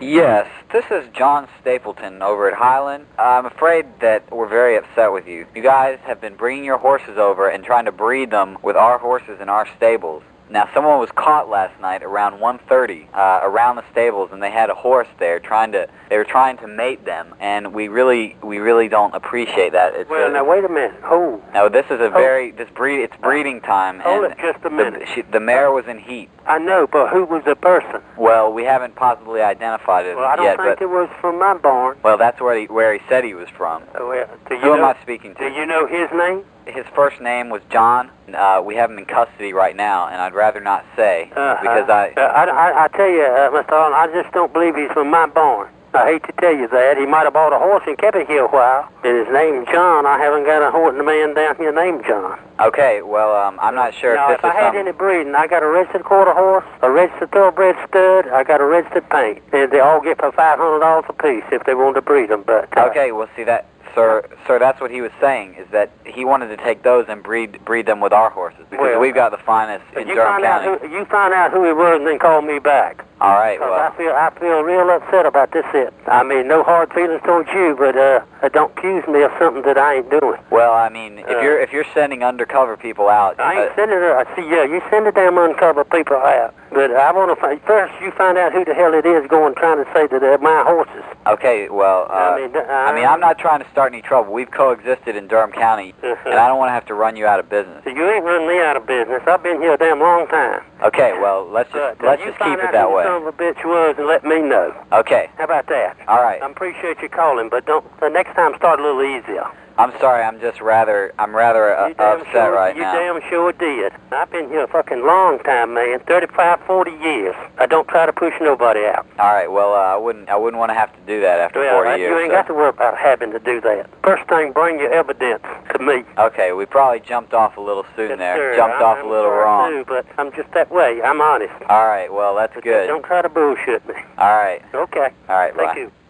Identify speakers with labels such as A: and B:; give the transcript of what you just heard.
A: Yes, this is John Stapleton over at Highland. I'm afraid that we're very upset with you. You guys have been bringing your horses over and trying to breed them with our horses in our stables. Now, someone was caught last night around 1:30 uh, around the stables, and they had a horse there trying to. They were trying to mate them, and we really, we really don't appreciate that. It's
B: Well,
A: a-
B: now wait a minute. Hold.
A: no, this is a very this breed. It's breeding time,
B: Hold
A: and
B: it just a
A: the,
B: minute.
A: she, the mare was in heat.
B: I know, but who was the person?
A: Well, we haven't possibly identified it
B: Well, I don't
A: yet,
B: think
A: but
B: it was from my barn. Oh,
A: well, that's where he where he said he was from.
B: Well, do you
A: Who am
B: know?
A: I speaking
B: Do
A: to?
B: you know his name?
A: His first name was John. and, Uh, we have him in custody right now, and I'd rather not say
B: Uh-huh.
A: because I.
B: Uh, I, I, I tell you, uh, Mr. Arnold, I just don't believe he's from my barn. I hate to tell you that. He might have bought a horse and kept it here a while. And his name John. I haven't got a horse and a man down here named John.
A: Okay, well, um, I'm not sure
B: now,
A: if
B: if
A: this
B: I
A: is
B: had
A: some-
B: any breeding, I got a registered quarter horse, a registered thoroughbred stud, I got a registered paint, and they all get for five hundred dollars apiece if they want to breed them. But uh,
A: Okay, well, see that, sir, sir. That's what he was saying is that he wanted to take those and breed breed them with our horses because
B: Well,
A: we've got the finest
B: but
A: in
B: you
A: Durham
B: find
A: County.
B: out who you find out who it was, and then call me back.
A: All right,
B: 'Cause
A: well.
B: I feel I feel real upset about this. It. I mean, no hard feelings towards you, but uh, don't accuse me of something that I ain't doing.
A: Well, I mean, if
B: Uh,
A: you're if you're sending undercover people out,
B: I ain't
A: uh,
B: sending her. I see, yeah, you send the damn uncovered people out. But I want to find, first you find out who the hell it is going trying to say that they're my horses.
A: okay, well, uh,
B: I mean, th-
A: I mean, I'm not trying to start any trouble. We've coexisted in Durham County,
B: Mm-hmm.
A: and I don't want to have to run you out of business.
B: You ain't run me out of business. I've been here a damn long time.
A: Okay, well, let's just
B: But, uh,
A: let's
B: you
A: just
B: find
A: keep it that
B: out who
A: way.
B: Son of a bitch was and let me know.
A: Okay,
B: How about that?
A: all right.
B: I appreciate you calling, but don't. The next time, start a little easier.
A: I'm sorry. I'm just rather I'm rather uh,
B: you damn
A: upset
B: sure,
A: right
B: you
A: now.
B: damn sure did. I've been here a fucking long time, man. Thirty-five, forty years. I don't try to push nobody out.
A: All right, well, uh, I wouldn't I wouldn't want to have to do that after
B: Well,
A: four
B: that-
A: years.
B: you ain't
A: so-
B: got to worry about having to do that. First thing, bring your evidence to me.
A: Okay, we probably jumped off a little soon
B: Yes,
A: there.
B: sir.
A: Jumped
B: I'm-
A: off
B: I'm
A: a little
B: sorry,
A: wrong.
B: Too, but I'm just that way. I'm honest.
A: All right, well, that's
B: But
A: good.
B: Don't try to bullshit me.
A: All right,
B: Okay.
A: all right,
B: Thank
A: bye.
B: you.